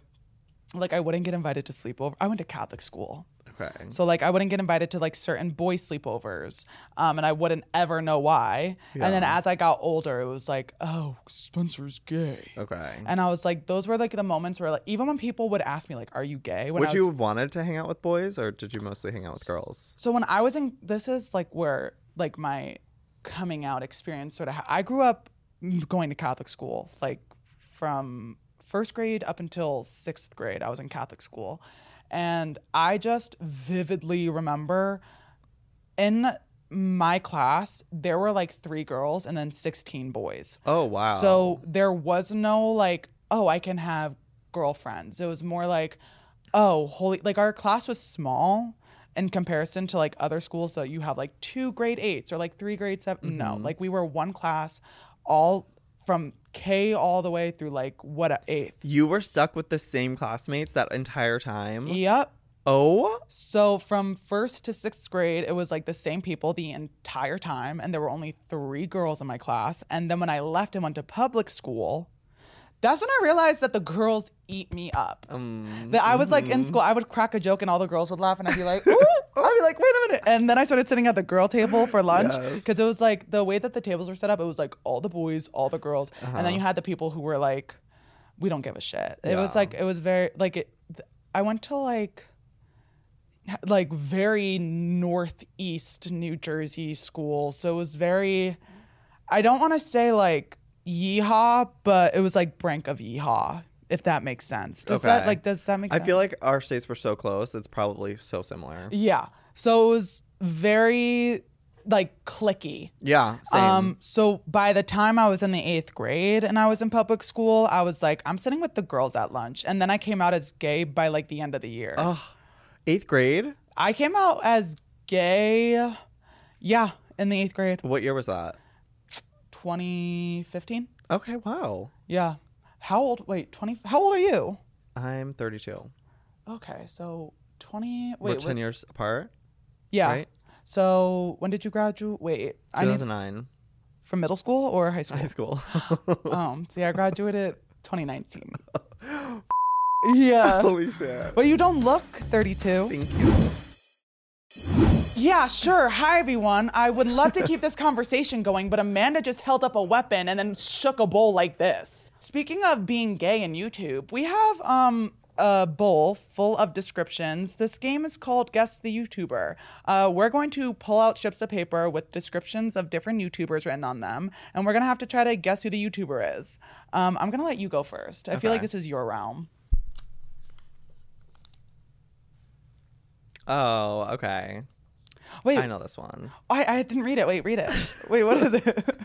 Speaker 1: like i wouldn't get invited to sleepover i went to catholic school
Speaker 2: okay.
Speaker 1: so like I wouldn't get invited to like certain boy sleepovers, um, and I wouldn't ever know why. And then as I got older, it was like, oh, Spencer's gay,
Speaker 2: Okay.
Speaker 1: and I was like, those were like the moments where like even when people would ask me like, are you gay? When
Speaker 2: Would
Speaker 1: I was,
Speaker 2: you have wanted to hang out with boys, or did you mostly hang out with girls?
Speaker 1: So when I was in, this is like where like my coming out experience sort of. Ha- I grew up going to Catholic school, like from first grade up until sixth grade. I was in Catholic school, and I just vividly remember in my class there were like three girls and then sixteen boys.
Speaker 2: Oh, wow.
Speaker 1: So there was no like, oh, I can have girlfriends. It was more like, oh, holy, like our class was small in comparison to like other schools that you have like two grade eights or like three grade 7 No, like we were one class, all from K all the way through like what a eighth.
Speaker 2: you were stuck with the same classmates that entire time?
Speaker 1: Yep.
Speaker 2: Oh,
Speaker 1: So from first to sixth grade, it was like the same people the entire time, and there were only three girls in my class. And then when I left and went to public school, That's when I realized that the girls eat me up.
Speaker 2: Um,
Speaker 1: That I was like in
Speaker 2: mhm.
Speaker 1: school, I would crack a joke and all the girls would laugh, and I'd be like, "Ooh!" I'd be like, "Wait a minute!" And then I started sitting at the girl table for lunch
Speaker 2: *laughs* Yes.
Speaker 1: because it was like the way that the tables were set up. It was like all the boys, all the girls, and then you had the people who were like, "We don't give a shit." It was
Speaker 2: Uh-huh. Yeah.
Speaker 1: like it was very like it. th- I went to like ha- like very northeast New Jersey school, so it was very. I don't want to say like yeehaw, but it was like brink of yeehaw, if that makes sense. Does that
Speaker 2: Okay.
Speaker 1: like does that make
Speaker 2: I
Speaker 1: sense?
Speaker 2: feel like our states were so close. It's probably so similar.
Speaker 1: Yeah. So it was very like clicky.
Speaker 2: Yeah, same.
Speaker 1: Um, so by the time I was in the eighth grade and I was in public school, I was like, I'm sitting with the girls at lunch. And then I came out as gay by like the end of the year.
Speaker 2: Ugh. eighth grade.
Speaker 1: I came out as gay, yeah, in the eighth grade,
Speaker 2: What year was that?
Speaker 1: 2015.
Speaker 2: Okay, wow.
Speaker 1: Yeah. How old? Wait, 20. How old are you?
Speaker 2: I'm 32.
Speaker 1: Okay, so 20. Wait,
Speaker 2: We're
Speaker 1: what-
Speaker 2: 10 years apart.
Speaker 1: yeah.
Speaker 2: right?
Speaker 1: So when did you graduate? Wait, I need
Speaker 2: 2009,
Speaker 1: *laughs* from middle school or high school?
Speaker 2: high
Speaker 1: *laughs*
Speaker 2: school.
Speaker 1: Um, see, I graduated 2019. yeah.
Speaker 2: Holy shit.
Speaker 1: But you don't look 32.
Speaker 2: Thank you.
Speaker 1: Yeah, sure. Hi, everyone. I would love to keep this *laughs* conversation going, but Amanda just held up a weapon and then shook a bowl like this. Speaking of being gay in YouTube, we have um a bowl full of descriptions. This game is called Guess the YouTuber. Uh, we're going to pull out strips of paper with descriptions of different YouTubers written on them, and we're gonna have to try to guess who the YouTuber is. Um, I'm gonna let you go first. I feel like
Speaker 2: Okay.
Speaker 1: this is your realm.
Speaker 2: Oh, okay.
Speaker 1: Wait,
Speaker 2: I know
Speaker 1: *laughs*
Speaker 2: this one.
Speaker 1: I, I didn't read it. Wait, read
Speaker 2: *laughs*
Speaker 1: it. Wait, what is it? *laughs*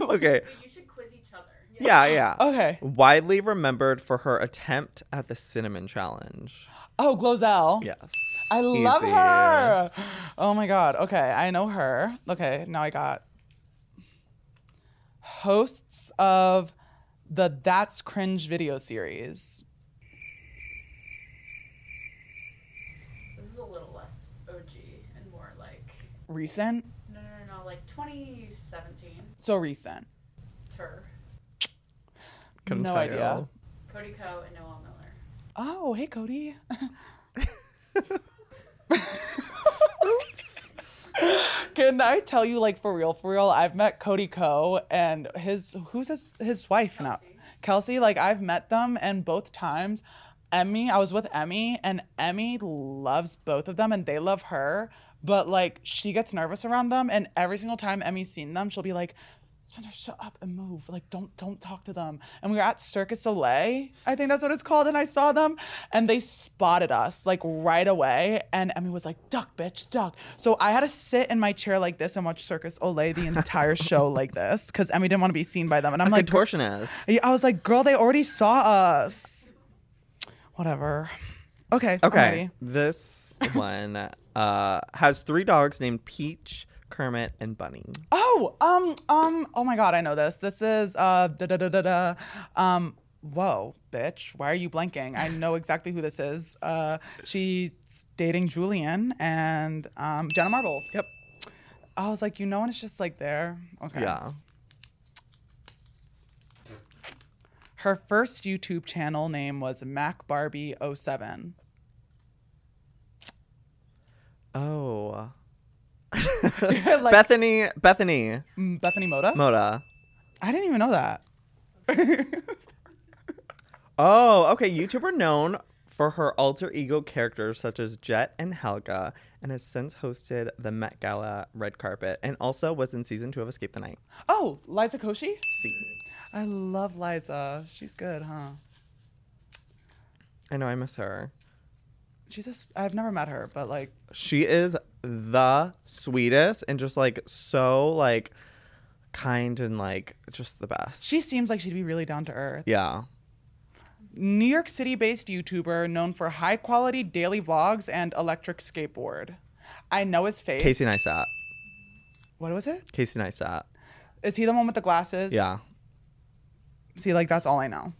Speaker 2: Okay.
Speaker 4: But you should quiz each other.
Speaker 2: Yeah, yeah.
Speaker 1: okay.
Speaker 2: Widely remembered for her attempt at the cinnamon challenge.
Speaker 1: Oh, Glozell.
Speaker 2: Yes.
Speaker 1: I love
Speaker 2: Easy.
Speaker 1: her. Oh my god. Okay, I know her. Okay, now I got hosts of the That's Cringe video series.
Speaker 4: This is a little less OG and more like
Speaker 1: Recent?
Speaker 4: no, no, no, no like 2017.
Speaker 1: So recent.
Speaker 4: Tur,
Speaker 2: Couldn't
Speaker 1: no
Speaker 2: tell
Speaker 1: idea.
Speaker 2: you.
Speaker 4: Cody Co, and Noel Miller.
Speaker 1: Oh, hey Cody. *laughs* Can I tell you, like for real, for real? I've met Cody Ko and his who's his his wife now, Kelsey. Like I've met them, and both times, Emmy. I was with Emmy, and Emmy loves both of them, and they love her. But like she gets nervous around them, and every single time Emmy's seen them, she'll be like, Spencer, shut up and move. Like, don't don't talk to them. And we were at Circus Soleil, I think that's what it's called, and I saw them, and they spotted us like right away. And Emmy was like, "Duck, bitch, duck." So I had to sit in my chair like this and watch Circus Soleil the entire show like this because Emmy didn't want to be seen by them. And I'm like,
Speaker 2: Contortionist.
Speaker 1: I was like, "Girl, they already saw us." Whatever. Okay. I'm
Speaker 2: Okay.
Speaker 1: ready.
Speaker 2: *laughs* This one uh, has three dogs named Peach, Kermit, and Bunny.
Speaker 1: Oh, um, um, oh my god, I know this. This is uh da da da da da. Um whoa, bitch, why are you blanking? I know exactly who this is. Uh she's dating Julian and um Jenna Marbles.
Speaker 2: Yep.
Speaker 1: I was like, you know, and it's just like there. Okay.
Speaker 2: Yeah.
Speaker 1: Her first YouTube channel name was Mac Barbie 07.
Speaker 2: Oh. *laughs*
Speaker 1: *laughs* like
Speaker 2: Bethany Bethany
Speaker 1: mm, Bethany Moda?
Speaker 2: Moda.
Speaker 1: I didn't even know that.
Speaker 2: Oh, okay. YouTuber known for her alter ego characters such as Jet and Helga, and has since hosted the Met Gala red carpet, and also was in season two of Escape the Night.
Speaker 1: Oh, Liza Koshy?
Speaker 2: See,
Speaker 1: I love Liza. She's good, huh?
Speaker 2: I know I miss her.
Speaker 1: She's just I've never met her, but like
Speaker 2: She is the sweetest and just like so like kind and like just the best.
Speaker 1: She seems like she'd be really down to earth.
Speaker 2: yeah.
Speaker 1: New York City based YouTuber known for high quality daily vlogs and electric skateboard. I know his face.
Speaker 2: Casey Neistat.
Speaker 1: What was it?
Speaker 2: Casey Neistat.
Speaker 1: Is he the one with the glasses?
Speaker 2: Yeah.
Speaker 1: See, like, that's all I know.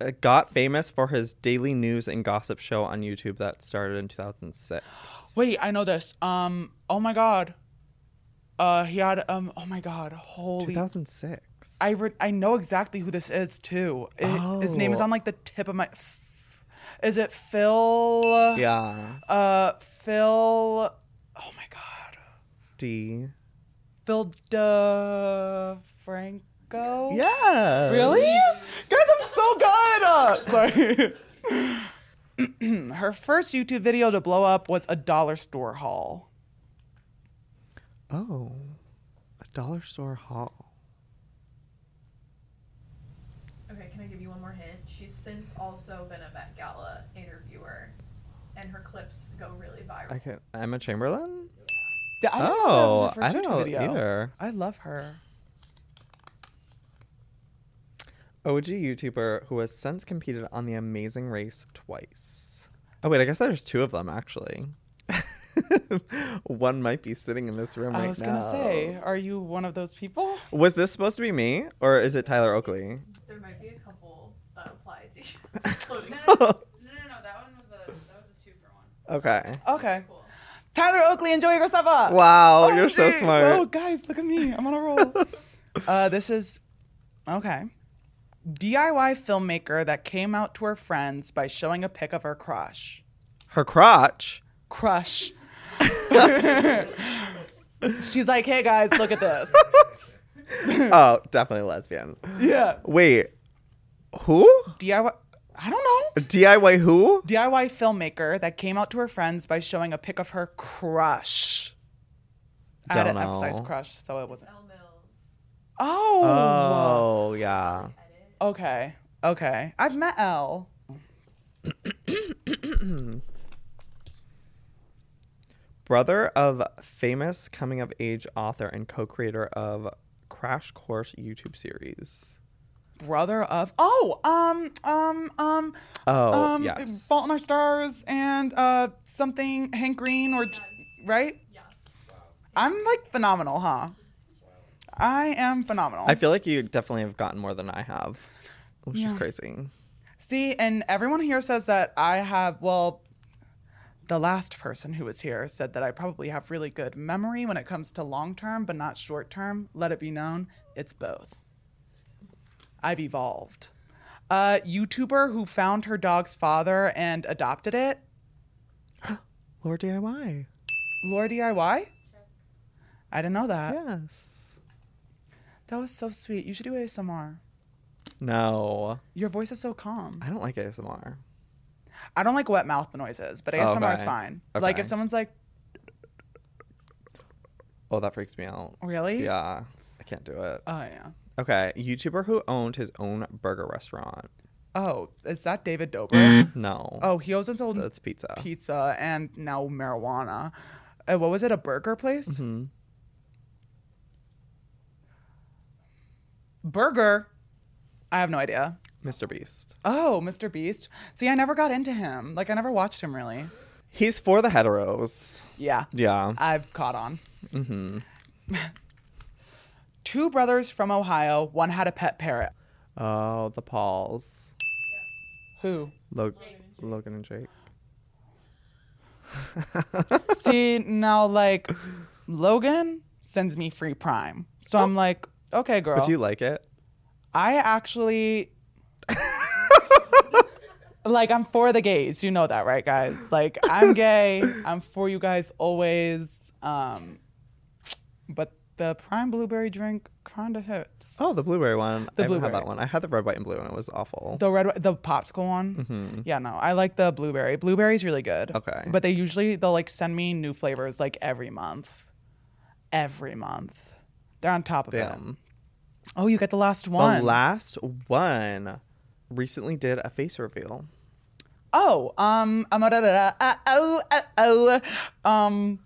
Speaker 2: Uh, Got famous for his daily news and gossip show on YouTube that started in 2006.
Speaker 1: Wait, I know this. Um, oh my God. Uh, he had um. Oh my God! Holy.
Speaker 2: 2006.
Speaker 1: I re- I know exactly who this is too. It- His name is
Speaker 2: Oh.
Speaker 1: on like the tip of my. Is it Phil?
Speaker 2: yeah.
Speaker 1: Uh, Phil. Oh my God.
Speaker 2: D.
Speaker 1: Phil DeFranco.
Speaker 2: Yeah.
Speaker 1: uh, Really? Guys, I'm so good! Uh, sorry. Her first YouTube video to blow up was a dollar store haul.
Speaker 2: Oh, a dollar store haul.
Speaker 4: Okay, can I give you one more hint? She's since also been a Met Gala interviewer, and her clips go really viral.
Speaker 2: I can. Emma Chamberlain.
Speaker 1: D- I didn't know
Speaker 2: oh,
Speaker 1: that was her first
Speaker 2: I don't
Speaker 1: YouTube
Speaker 2: know
Speaker 1: video.
Speaker 2: either.
Speaker 1: I love her.
Speaker 2: OG YouTuber who has since competed on the Amazing Race twice. Oh wait, I guess there's two of them actually. *laughs* One might be sitting in this room right now.
Speaker 1: I was gonna say, are you one of those *gasps* people?
Speaker 2: Was this supposed to be me or is it
Speaker 1: *laughs*
Speaker 2: Tyler Oakley? *laughs*
Speaker 4: There might be a couple that apply to
Speaker 2: *laughs*
Speaker 4: you.
Speaker 3: No, no, no. That one was a that was a two for one.
Speaker 2: okay.
Speaker 1: Okay.
Speaker 4: cool.
Speaker 1: Tyler Oakley and Joey Graceffa.
Speaker 2: Wow, you're so
Speaker 1: OMG. Whoa,
Speaker 2: smart.
Speaker 1: Oh, guys, look at me. I'm on a *laughs* roll. uh, this is okay. DIY filmmaker that came out to her friends by showing a pic of her crush.
Speaker 2: Her crotch.
Speaker 1: Crush.
Speaker 2: *laughs*
Speaker 1: *laughs* She's like, hey guys, look at this.
Speaker 2: *laughs* oh, definitely lesbian.
Speaker 1: yeah.
Speaker 2: Wait, who?
Speaker 1: DIY. I don't know.
Speaker 2: DIY who?
Speaker 1: DIY filmmaker that came out to her friends by showing a pic of her crush. I had
Speaker 2: Don't
Speaker 1: to emphasize
Speaker 2: know.
Speaker 1: crush, so it wasn't.
Speaker 4: Elle Mills.
Speaker 1: Oh.
Speaker 2: Oh, yeah.
Speaker 4: Edit.
Speaker 2: Oh.
Speaker 1: Okay. Okay. I've met Elle.
Speaker 2: Brother of famous coming of age author and co creator of Crash Course YouTube series.
Speaker 1: brother of oh um um um
Speaker 2: Oh,
Speaker 1: um
Speaker 2: yes.
Speaker 1: Fault in Our Stars and uh something Hank Green or right?
Speaker 4: Yeah.
Speaker 1: I'm like phenomenal, huh? I am phenomenal.
Speaker 2: I feel like you definitely have gotten more than I have, which
Speaker 1: Yeah.
Speaker 2: is crazy.
Speaker 1: See, and everyone here says that I have well the last person who was here said that I probably have really good memory when it comes to long term but not short term. Let it be known, it's both. I've evolved. A YouTuber who found her dog's father and adopted it.
Speaker 2: Lord DIY.
Speaker 1: Laura DIY? I didn't know that.
Speaker 2: Yes.
Speaker 1: That was so sweet. You should do ASMR.
Speaker 2: No,
Speaker 1: Your voice is so calm.
Speaker 2: I don't like ASMR.
Speaker 1: I don't like wet mouth noises, but ASMR is
Speaker 2: Okay.
Speaker 1: fine. Like if
Speaker 2: Oh, Okay.
Speaker 1: someone's like,
Speaker 2: Oh, that freaks me out.
Speaker 1: really?
Speaker 2: Yeah, I can't do it.
Speaker 1: Oh, yeah.
Speaker 2: Okay, YouTuber who owned his own burger restaurant.
Speaker 1: Oh, is that David
Speaker 2: Mm-hmm.
Speaker 1: Dobrik?
Speaker 2: No.
Speaker 1: oh, he also sold
Speaker 2: that's pizza.
Speaker 1: pizza and now marijuana. Uh, what was it? A burger place?
Speaker 2: Mhm.
Speaker 1: Burger? I have no idea.
Speaker 2: Mr. Beast.
Speaker 1: Oh, Mr. Beast. See, I never got into him. Like, I never watched him really.
Speaker 2: He's for the heteros.
Speaker 1: Yeah.
Speaker 2: Yeah. mm-hmm.
Speaker 1: I've caught on. Two brothers from Ohio. One had a pet parrot.
Speaker 2: Oh, the Pauls.
Speaker 1: Who?
Speaker 2: Log- Logan and Jake.
Speaker 1: See, now, like, Logan sends me free Prime. So I'm like, okay, girl.
Speaker 2: Would you like it?
Speaker 1: I actually. *laughs* like, I'm for the gays. You know that, right, guys? Like,
Speaker 2: *laughs*
Speaker 1: I'm gay. I'm for you guys always. Um, but the Prime Blueberry drink kind of hurts.
Speaker 2: Oh, the blueberry one.
Speaker 1: The
Speaker 2: I haven't had
Speaker 1: blueberry.
Speaker 2: that one. I had the red, white, and blue, and it was awful.
Speaker 1: The red, the popsicle one. Yeah, no, I like the blueberry. Blueberry's really good.
Speaker 2: Mm-hmm. Okay.
Speaker 1: But they usually they'll like send me new flavors like every month, every month. They're on top of it.
Speaker 2: Damn.
Speaker 1: Oh, you get the last one.
Speaker 2: The last one recently did a face reveal.
Speaker 1: oh, um, um, da, da, da, uh, oh, uh, oh, um,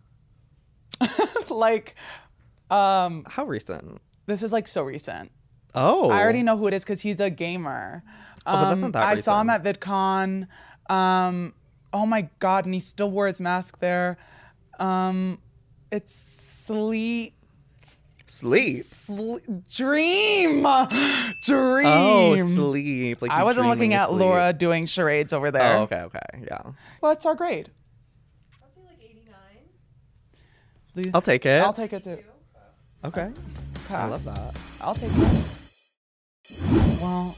Speaker 1: *laughs* like, um,
Speaker 2: How recent?
Speaker 1: this is like so recent.
Speaker 2: Oh.
Speaker 1: I already know who it is because he's a gamer.
Speaker 2: Oh, but that's
Speaker 1: Um,
Speaker 2: not that
Speaker 1: I saw him at
Speaker 2: recent.
Speaker 1: VidCon. Um, oh my god, and he still wore his mask there. Um, it's sleep,
Speaker 2: Sleep.
Speaker 1: sleep dream, *gasps* dream.
Speaker 2: Oh, sleep. Like
Speaker 1: I
Speaker 2: you
Speaker 1: wasn't
Speaker 2: dream when
Speaker 1: looking
Speaker 2: you
Speaker 1: at
Speaker 2: sleep.
Speaker 1: Laura doing charades over there.
Speaker 2: Oh, okay, okay, yeah.
Speaker 1: What's our grade?
Speaker 4: I'll say like 89.
Speaker 1: The-
Speaker 2: I'll take it.
Speaker 1: I'll take it too.
Speaker 4: Two.
Speaker 2: Okay. I love
Speaker 1: Pass.
Speaker 2: that.
Speaker 1: I'll take that. Well,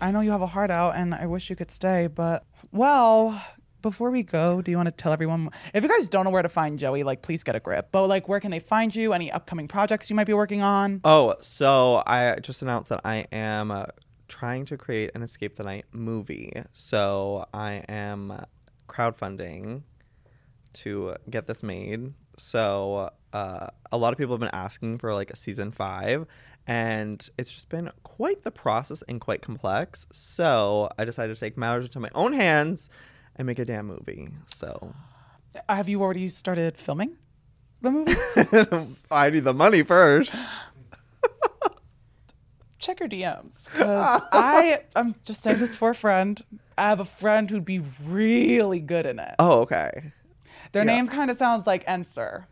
Speaker 1: I know you have a heart out and I wish you could stay, but well, before we go, do you want to tell everyone if you guys don't know where to find Joey, like please get a grip. But like where can they find you? Any upcoming projects you might be working on?
Speaker 2: Oh, so I just announced that I am uh, trying to create an Escape the Night movie. So I am crowdfunding to get this made. So uh, a lot of people have been asking for like a season five, and it's just been quite the process and quite complex. So I decided to take matters into my own hands and make a damn movie. So
Speaker 1: Have you already started filming the movie?
Speaker 2: *laughs* I need the money first.
Speaker 1: *laughs* Check your DMs. 'cause I I'm just saying this for a friend. I have a friend who'd be really good in it.
Speaker 2: Oh, okay.
Speaker 1: Their
Speaker 2: yeah.
Speaker 1: name kind of sounds like Enser.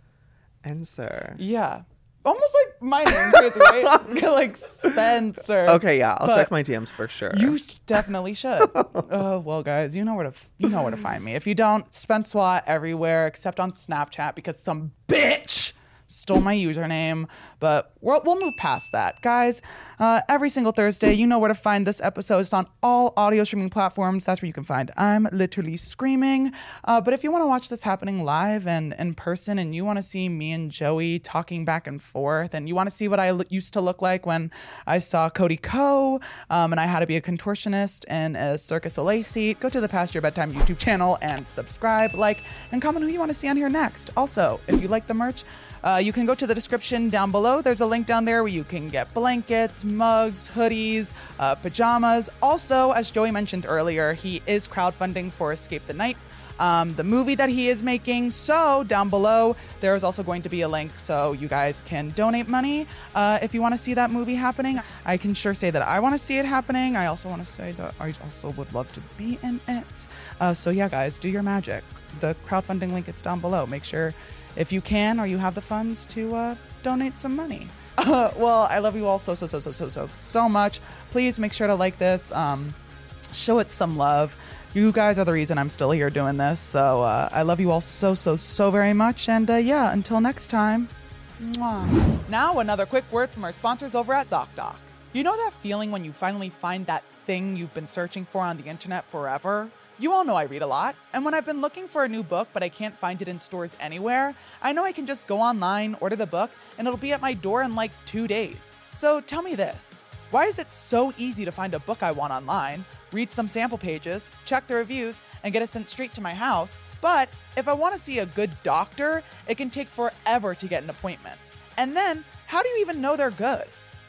Speaker 2: Answer.
Speaker 1: Yeah. Almost like my name, *laughs* crazy, right? It's kinda like Spencer.
Speaker 2: Okay, yeah, I'll
Speaker 1: But
Speaker 2: check my DMs for sure.
Speaker 1: You sh- definitely should. Oh well, guys, you know where to f- you know where to find me. If you don't, spend SWAT everywhere except on Snapchat because some bitch stole my username. But we'll we'll move past that, guys. Uh, every single Thursday, you know where to find this episode. It's on all audio streaming platforms. That's where you can find. I'm literally screaming. Uh, but if you want to watch this happening live and in person, and you want to see me and Joey talking back and forth, and you want to see what I lo- used to look like when I saw Cody Coe, um, and I had to be a contortionist in a Circus Soleil seat, go to the Past Your Bedtime YouTube channel and subscribe, like, and comment who you want to see on here next. Also, if you like the merch, uh, you can go to the description down below. There's a link down there where you can get blankets, mugs, hoodies, uh, pajamas. Also, as Joey mentioned earlier, he is crowdfunding for Escape the Night um, the movie that he is making. So down below, there is also going to be a link so you guys can donate money uh, if you want to see that movie happening. I can sure say that I want to see it happening. I also want to say that I also would love to be in it. Uh, so yeah, guys, do your magic. The crowdfunding link is down below. Make sure if you can or you have the funds to uh, donate some money. *laughs* well, I love you all so so so so so so so much. Please make sure to like this. Um, show it some love. You guys are the reason I'm still here doing this. So uh, I love you all so, so, so very much. And uh, yeah, until next time. Mwah. Now, another quick word from our sponsors over at ZocDoc. You know that feeling when you finally find that thing you've been searching for on the internet forever? You all know I read a lot, and when I've been looking for a new book but I can't find it in stores anywhere, I know I can just go online, order the book, and it'll be at my door in like two days. So tell me this. Why is it so easy to find a book I want online, read some sample pages, check the reviews, and get it sent straight to my house? But if I want to see a good doctor, it can take forever to get an appointment. And then, how do you even know they're good?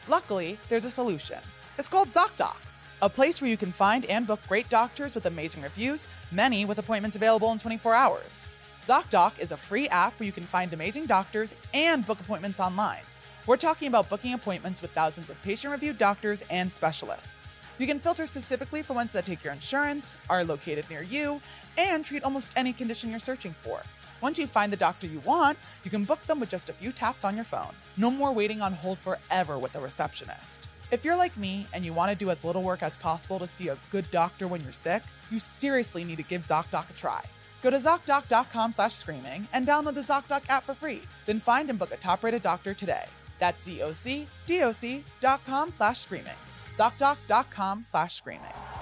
Speaker 1: Luckily, there's a solution. It's called ZocDoc, a place where you can find and book great doctors with amazing reviews, many with appointments available in 24 hours. ZocDoc is a free app where you can find amazing doctors and book appointments online. We're talking about booking appointments with thousands of patient reviewed doctors and specialists. You can filter specifically for ones that take your insurance, are located near you, and treat almost any condition you're searching for. Once you find the doctor you want, you can book them with just a few taps on your phone. No more waiting on hold forever with a receptionist. If you're like me and you want to do as little work as possible to see a good doctor when you're sick, you seriously need to give ZocDoc a try. Go to ZocDoc.com slash screaming and download the ZocDoc app for free. Then find and book a top-rated doctor today. That's Z-O-C-D-O-C dot com slash screaming. ZocDoc.com slash screaming.